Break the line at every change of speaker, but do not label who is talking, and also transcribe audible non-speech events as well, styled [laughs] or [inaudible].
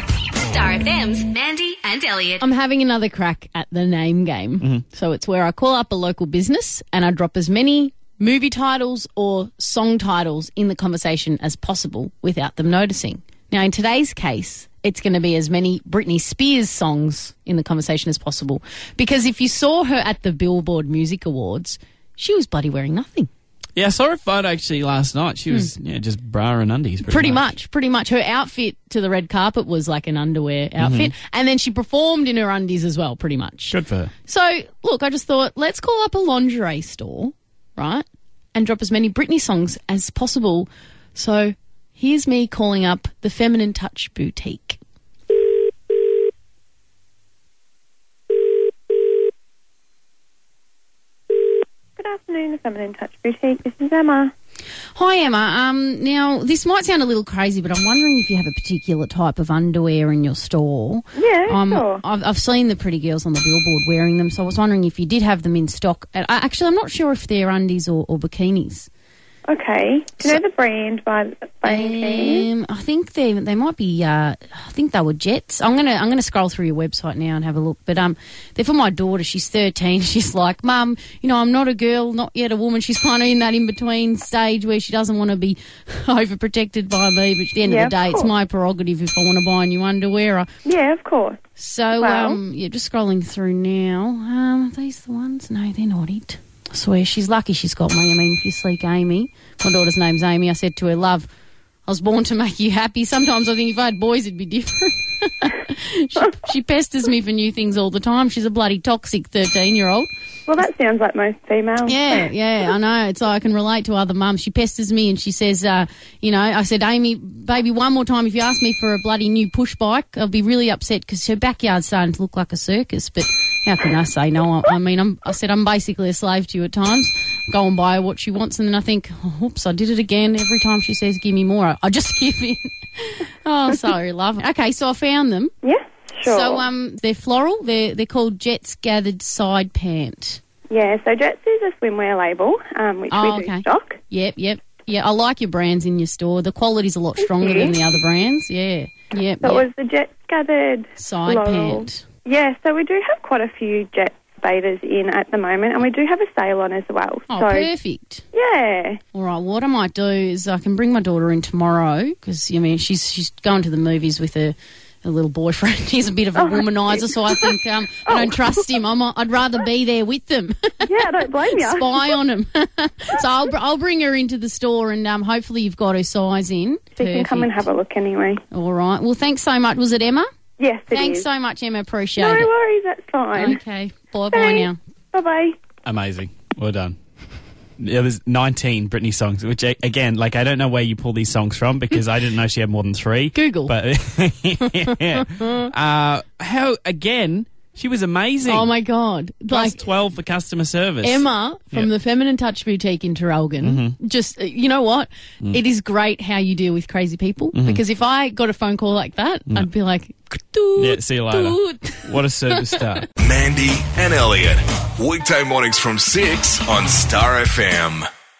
Star FM's Mandy and Elliot.
I'm having another crack at the name game. So it's where I call up a local business and I drop as many movie titles or song titles in the conversation as possible without them noticing. Now, in today's case, it's going to be as many Britney Spears songs in the conversation as possible because if you saw her at the Billboard Music Awards, she was bloody wearing nothing.
Yeah, I saw her photo actually last night. She was yeah, just bra and undies. Pretty,
Hmm. Pretty much. pretty much. Her outfit to the red carpet was like an underwear outfit, and then she performed in her undies as well, pretty much.
Good for her.
So, look, I just thought let's call up a lingerie store, right? And drop as many Britney songs as possible. So, here's me calling up the Feminine Touch Boutique.
Good afternoon, the Feminine Touch Boutique. This is Emma.
Hi, Emma. Um, now, this might sound a little crazy, but I'm wondering if you have a particular type of underwear in your store.
Yeah,
Um,
sure.
I've, I've seen the pretty girls on the billboard wearing them, so I was wondering if you did have them in stock. And I, actually, I'm not sure if they're undies or, or bikinis.
Okay. Do you know the brand by, by any chance?
Um, I think they they might be. Uh, I think they were Jets. I'm gonna I'm gonna scroll through your website now and have a look. But um, they're for my daughter. She's 13. [laughs] She's like, Mum, you know, I'm not a girl, not yet a woman. She's kind of in that in between stage where she doesn't want to be [laughs] overprotected by me. But at the end
Yeah,
of the day,
of
it's
course.
my prerogative if I want to buy new underwear. I-
Yeah, of course.
So
Well-
um, yeah, just scrolling through now. Um, are these the ones? No, they're not it. I swear, she's lucky she's got me. I mean, if you sleek Amy, my daughter's name's Amy. I said to her, "Love, I was born to make you happy." Sometimes I think if I had boys, it'd be different. [laughs] she, she pesters me for new things all the time. She's a bloody toxic thirteen-year-old.
Well, that sounds like most females.
Yeah, yeah, I know. It's like I can relate to other mums. She pesters me and she says, uh, you know, I said, Amy, baby, one more time, if you ask me for a bloody new push bike, I'll be really upset because her backyard's starting to look like a circus. But how can I say no? I, I mean, I'm, I said, I'm basically a slave to you at times. Go and buy her what she wants. And then I think, oh, oops, I did it again. Every time she says, give me more, I, I just [laughs] give in. oh, sorry, love. Okay, so I found them.
Yes, sure.
So um, they're floral. They're, they're called Jets Gathered Side Pant.
yeah, so Jets is a swimwear label, um, which
Oh,
we do
okay.
stock.
Yep, yep. Yeah, I like your brands in your store. The quality's a lot stronger
you.
than the other brands. Yeah. Yep.
So
yep.
it was the Jets gathered.
Side
floral.
pant.
Yeah, so we do have quite a few Jets bathers in at the moment, and we do have a sale on as well.
Oh,
so,
perfect.
yeah.
All right, what I might do is I can bring my daughter in tomorrow because, I mean, she's she's going to the movies with her, her little boyfriend. [laughs] He's a bit
Oh,
of a womanizer, so I think um, I don't trust him. I'm, I'd rather be there with them. [laughs]
Yeah, I don't blame you.
Spy on him. [laughs] so I'll, br- I'll bring her into the store and um, hopefully you've got her size in.
So you can come and have a look anyway.
All right. Well, thanks so much. Was it Emma?
Yes, it is.
Thanks so much, Emma. Appreciate
No
it.
worries, that's fine.
Okay. Bye bye
Thanks.
now.
Bye bye.
Amazing. Well done. Yeah, there's 19 Britney songs, which a- again, like I don't know where you pull these songs from because I didn't know she had more than three.
Google.
But [laughs] yeah. uh, how again? She was amazing.
Oh my God.
Plus
Like
12 for customer service.
Emma from
Yep.
the Feminine Touch Boutique in Terralgan,
Mm-hmm.
just, uh, you know what?
Mm.
It is great how you deal with crazy people
Mm-hmm.
because if I got a phone call like that, I'd be like,
Mm. Yeah, see you later.
[laughs] Toot.
What a
[laughs]
service star.
Mandy and Elliot. Weekday mornings from 6 on Star FM.